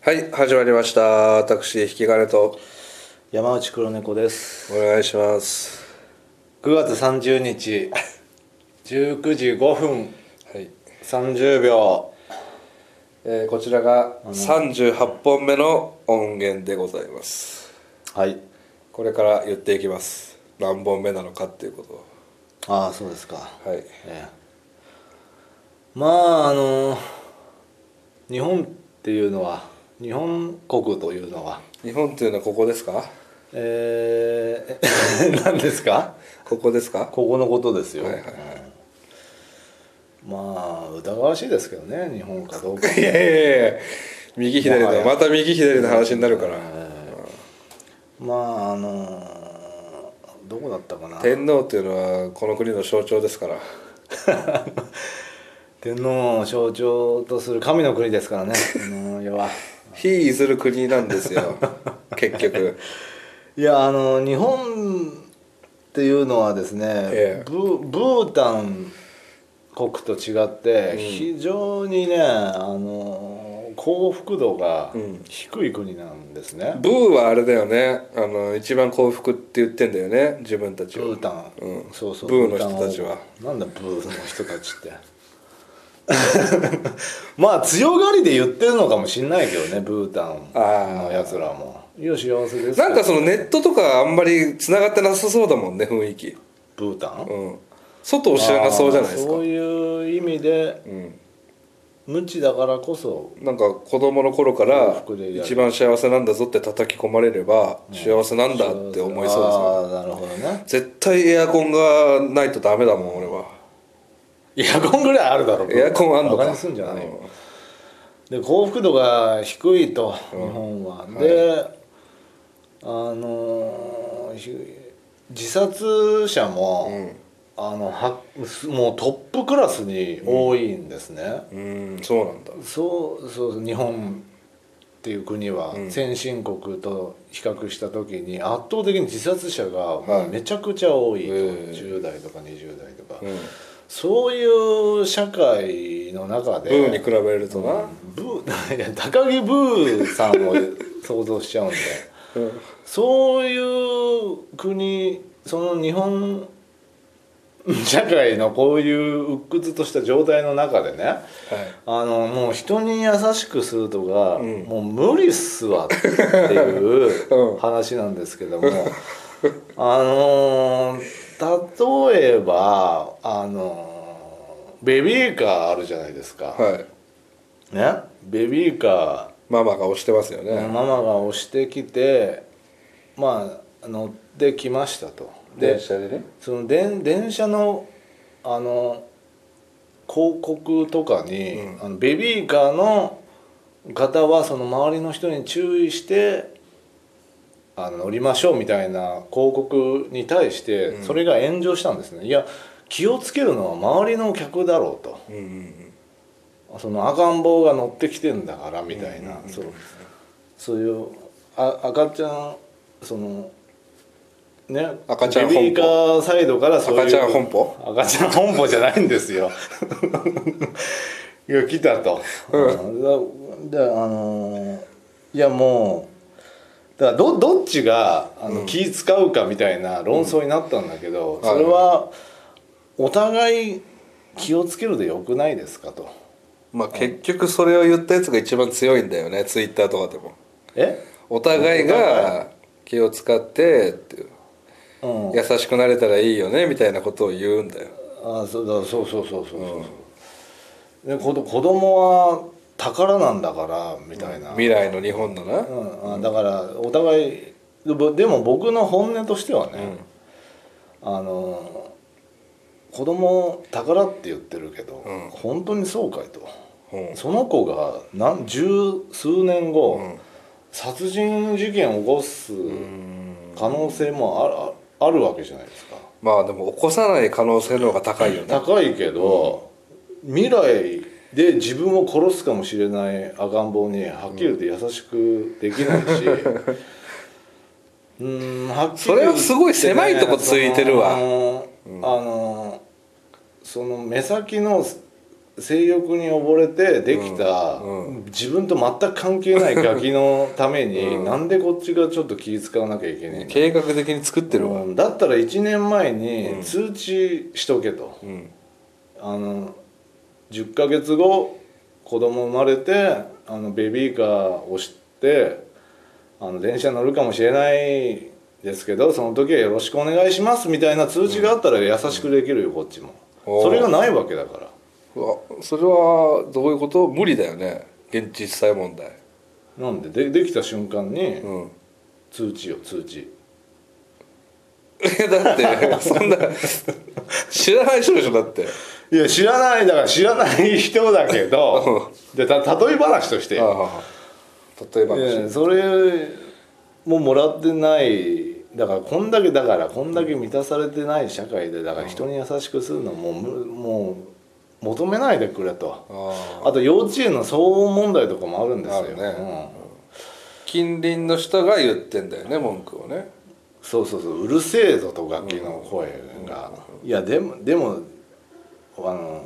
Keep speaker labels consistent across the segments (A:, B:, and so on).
A: はい始まりました私引き金と
B: 山内黒猫です
A: お願いします
B: 9月30日19時5分
A: はい、
B: 30秒
A: えーこちらが38本目の音源でございます
B: はい
A: これから言っていきます何本目なのかっていうことを
B: ああそうですか
A: はい
B: ええまああの日本っていうのは日本国というのは
A: 日本っていうのはここですか
B: え ー、何ですか
A: ここですか
B: ここのことですよ、
A: はいはいはい
B: うんまあ疑わしいですけどね日本かどうか
A: いやいやいや右左
B: もは
A: の
B: や
A: また右左の話になるから
B: まああのどこだったかな
A: 天皇っていうのはこの国の象徴ですから
B: 天皇を象徴とする神の国ですからねこの世は
A: 非いずる国なんですよ 結局
B: いやあの日本っていうのはですね、
A: ええ
B: ブブータン国と違って非常にね、あの幸福度が
A: うん
B: 低い国なんですね、
A: ブーはあれだよねあの一番幸福って言ってんだよね自分たち
B: ブ
A: を
B: ータン、
A: うん
B: そうそう
A: ブーの人たち
B: ブー
A: は
B: タンをなんだブーの人たちって まあ強がりで言ってるのかもしんないけどねブータンのやつらも「いや幸せです」
A: なんかそのネットとかあんまり繋がってなさそうだもんね雰囲気
B: ブータン、
A: うん外を知らなそうじゃないです
B: あ
A: か
B: ーそういう意味で
A: うん
B: 無知だからこそ
A: なんか子供の頃か
B: 幸
A: ら
B: 福でやる
A: 一番幸せなんだぞって叩き込まれれば幸せなんだって思いそうですよ
B: ああなるほどね
A: 絶対エアコンがないとダメだもん俺は
B: エアコンぐらいあるだろ
A: エアコンあんのか
B: バカにすんじゃないよ、
A: うん
B: で幸福度が低いと、日本はで、あのーひ自殺者も、
A: うん
B: あのはすもうトップクラスに多いんですね、
A: うんそうなんだ
B: そうそうそう日本っていう国は
A: うん
B: 先進国と比較した時に圧倒的に自殺者がもうめちゃくちゃ多いと、
A: はいへえ
B: 10代とか20代とか、
A: うん
B: そういう社会の中で
A: ブーに比べるとな
B: ブー いや高木ブーさんを想像しちゃ うんで
A: うん
B: そういう国その日本社会のこういう鬱屈とした状態の中でね
A: はい
B: あのもう人に優しくするとか、
A: うん
B: もう無理っすわってい
A: うん
B: う話なんです けども、あのー例えばあのーベビーカーあるじゃないですか、
A: はい
B: ねベビーカ
A: ママが押してますよ
B: ー、
A: ね
B: ママが押してきてまあ乗ってきましたとで
A: 車でね
B: その電電車のあの広告とかに、
A: うん
B: あのベビーカーの方はその周りの人に注意してあの乗りましょうみたいな広告に対して
A: うん
B: それが炎上したんですね、いや気をつけるのは周りの客だろうと
A: うんうん
B: その赤ん坊が乗ってきてんだからみたいな、
A: うんうんうん
B: そうそういうあ赤ちゃんそのね
A: 赤ちゃん本舗
B: ベビーカーサイドからそういう
A: 赤ちゃん本舗
B: 赤ちゃん本舗じゃないんで すよいや来たと、うん、だだあのーいやもうだからどどっちがあの、気使うかみたいな論争になったんだけど、
A: ん
B: それはお互い気をつけるでよくないですかと
A: まあ結局それを言ったやつが一番強いんだよねツイッターとかでも
B: え
A: お互いが気を使ってっていう
B: うん
A: 優しくなれたらいいよねみたいなことを言うんだよ
B: あそうだそうそうそうそうそう、で子ど子供は宝なんだからみたいな、うん
A: 未来の日本のな
B: あだからお互いでぼでも僕の本音としてはね、あの子供宝って言ってるけど、
A: うん
B: 本当にそうかいと
A: うん
B: その子が何十数年後、
A: うん
B: 殺人事件を起こす
A: うん
B: 可能性もあるあるわけじゃないですか
A: まあでも起こさない可能性の方が高いよね
B: 高いけど、未来で自分を殺すかもしれない赤ん坊にはっきり言って優しくできないし、 うーんはっき
A: そ
B: り言ってね
A: れはすごい狭いとこついてるわ
B: そのあのその目先の性欲に溺れてできた、
A: うん
B: 自分と全く関係ないガキのために、なんでこっちがちょっと気使わなきゃいけないんだ
A: 計画的に作ってるわ
B: うんだったら1年前に
A: ん
B: 通知しとけと、
A: うん
B: あの10ヶ月後子供生まれてあのベビーカーを押してあの電車乗るかもしれないですけどその時はよろしくお願いしますみたいな通知があったら優しくできるよこっちも、
A: おー
B: それがないわけだから
A: うわそれはどういうこと無理だよね現実際問題
B: なんででできた瞬間に
A: うん
B: 通知よ通知
A: だってそんな知らない人でしょだって
B: いや知らないだから知らない人だけ どでた例え話として
A: ああ例えば
B: いやそれももらってないだからこんだけだからこんだけ満たされてない社会でだから人に優しくするのもむもう求めないでくれと
A: ああ
B: あと幼稚園の騒音問題とかもあるんですよ、
A: あるね近隣の人が言ってんだよね文句をね
B: うん、そうそうそううるせえぞと楽器の声が、いやでもでもあの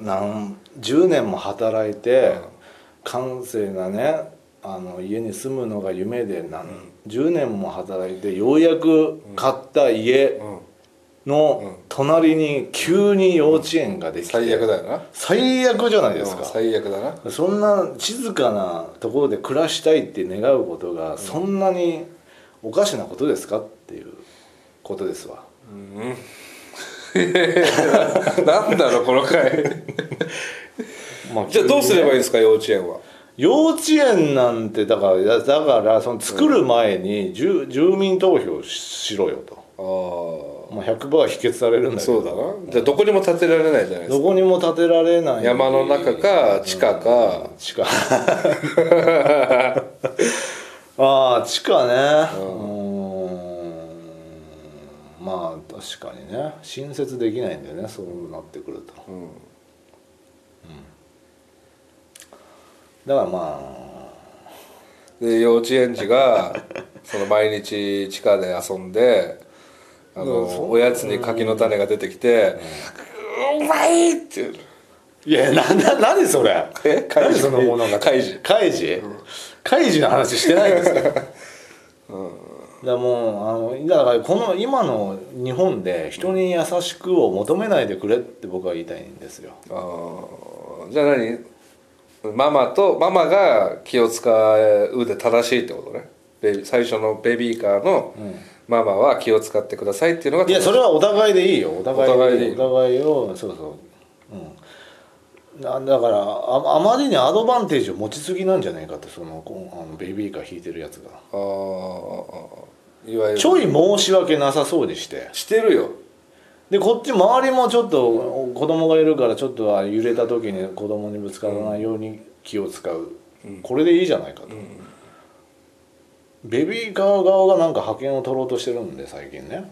B: なん10年も働いて、閑静なねあの家に住むのが夢でなん、10年も働いてようやく買った家
A: うん
B: の隣に急に幼稚園ができて、
A: 最悪だよな
B: 最悪じゃないです
A: うん
B: か、
A: 最悪だな
B: そんな静かなところで暮らしたいって願うことがそんなにおかしなことですかっていうことですわ
A: なんだろうこの回
B: まあ
A: じゃあどうすればいいんですか幼稚園は
B: 幼稚園なんてだからいやだからその作る前に住住民投票ししろよと、
A: あ
B: まあ、100%は否決されるん
A: あ
B: だけ
A: そう
B: ど
A: だなじゃあどこにも建てられないじゃないです
B: ど
A: か
B: こにも建てられない
A: 山の中か地下か
B: 地下 ああ地下ねうーんまあ確かにね新設できないんだよねそうなってくると
A: うん
B: だからま
A: で幼稚園児が その毎日地下で遊んであのおやつに柿の種が出てきて「うまい!」っていう
B: あいやなな何それ
A: え
B: 何そのものが
A: カイジ
B: カイジカイジの話してな いですよ、だからもうあのだからこの今の日本で人に優しくを求めないでくれって僕は言いたいんですよ
A: あーじゃあ何ママとママが気を使うで正しいってことねベビー最初のベビーカーのママは気を使ってくださいっていうのが
B: いやそれはお互いでいいよお互いでいい
A: お互いでいい
B: お互いをそうそう、うん、なだからああまりにアドバンテージを持ちすぎなんじゃないかってそのこうあのベビーカー引いてるやつが
A: あーいわゆる
B: ちょい申し訳なさそうにして
A: してるよ
B: でこっち周りもちょっとお子供がいるからちょっとは揺れた時に子供にぶつからないように気を使う、これでいいじゃないかと、ベビーカー側がなんか派遣を取ろうとしてるんで最近ね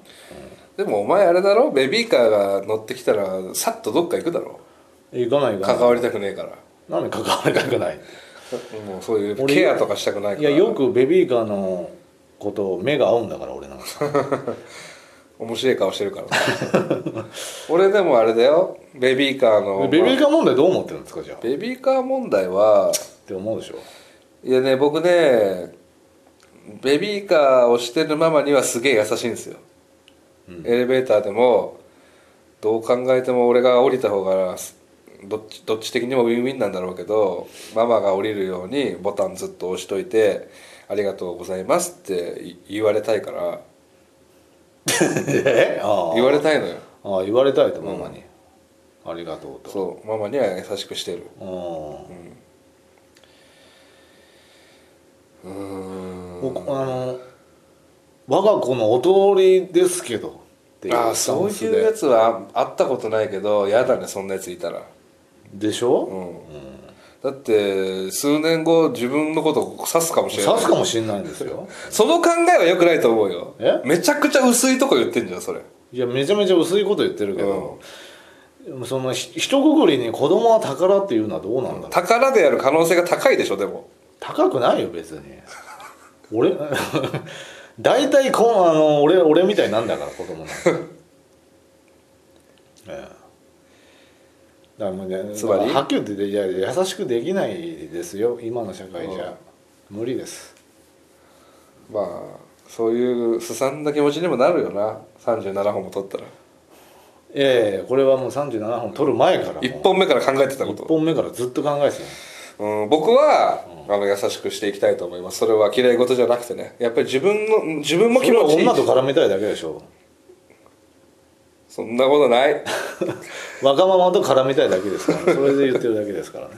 A: でもお前あれだろベビーカーが乗ってきたらさっとどっか行くだろ
B: 行かない行か
A: 関
B: ない
A: わりたくねえから
B: なんで関わりたくない
A: もうそういう
B: 俺
A: ケアとかしたくないか
B: い
A: ら
B: やよくベビーカーのことを目が合うんだから俺なんか
A: 面白い顔してるから俺でもあれだよベビーカーの
B: ベビーカー問題どう思ってるんですかじゃあっ
A: ベビーカー問題は
B: て思うでしょ
A: いやね僕ねベビーカーをしてるママにはすげえ優しいんですよ、エレベーターでもどう考えても俺が降りた方がどっちどっち的にもウィンウィンなんだろうけどママが降りるようにボタンずっと押しといて「ありがとうございます」ってい言われたいから
B: えああ
A: 言われたいのよ
B: ああ言われたいとママに、ありがとうと
A: そうママには優しくしてる
B: うん
A: うーん
B: 僕あの我が子のお通りですけどっていう
A: ああ
B: スタ
A: そう
B: ンス
A: いうや
B: で
A: つは会ったことないけど嫌だねそんなやついたら
B: でし
A: う
B: ょ、
A: んだって数年後自分のことを指すかもし
B: 刺
A: れない
B: すかもしれないんで すよ
A: その考えは良くないと思うよ
B: え
A: めちゃくちゃ薄いとこ言ってんじゃんそれ
B: いやめちゃめちゃ薄いこと言ってるけど、そのひ一括りに子供は宝っていうのはどうなんだろう
A: 宝である可能性が高いでしょでも
B: 高くないよ別に俺 大体こんあの俺俺み たいなんだから子供なんてええだからもうね
A: つまり
B: はっきり言っていや優しくできないですよ今の社会じゃ無理です
A: まあそういうすさんだ気持ちにもなるよな37本も取ったら
B: ええこれはもう37本取る前からもう
A: 1本目から考えてたこ
B: 一
A: と、
B: 本目からずっと考えてたよ
A: うん、僕は、あの優しくしていきたいと思いますそれは綺麗事じゃなくてねやっぱり自分の自分も
B: そ
A: 気
B: れは
A: 持ちいい
B: 女と絡めたいだけでしょ
A: そんなことない
B: わがままと絡みたいだけですから、それで言ってるだけですからね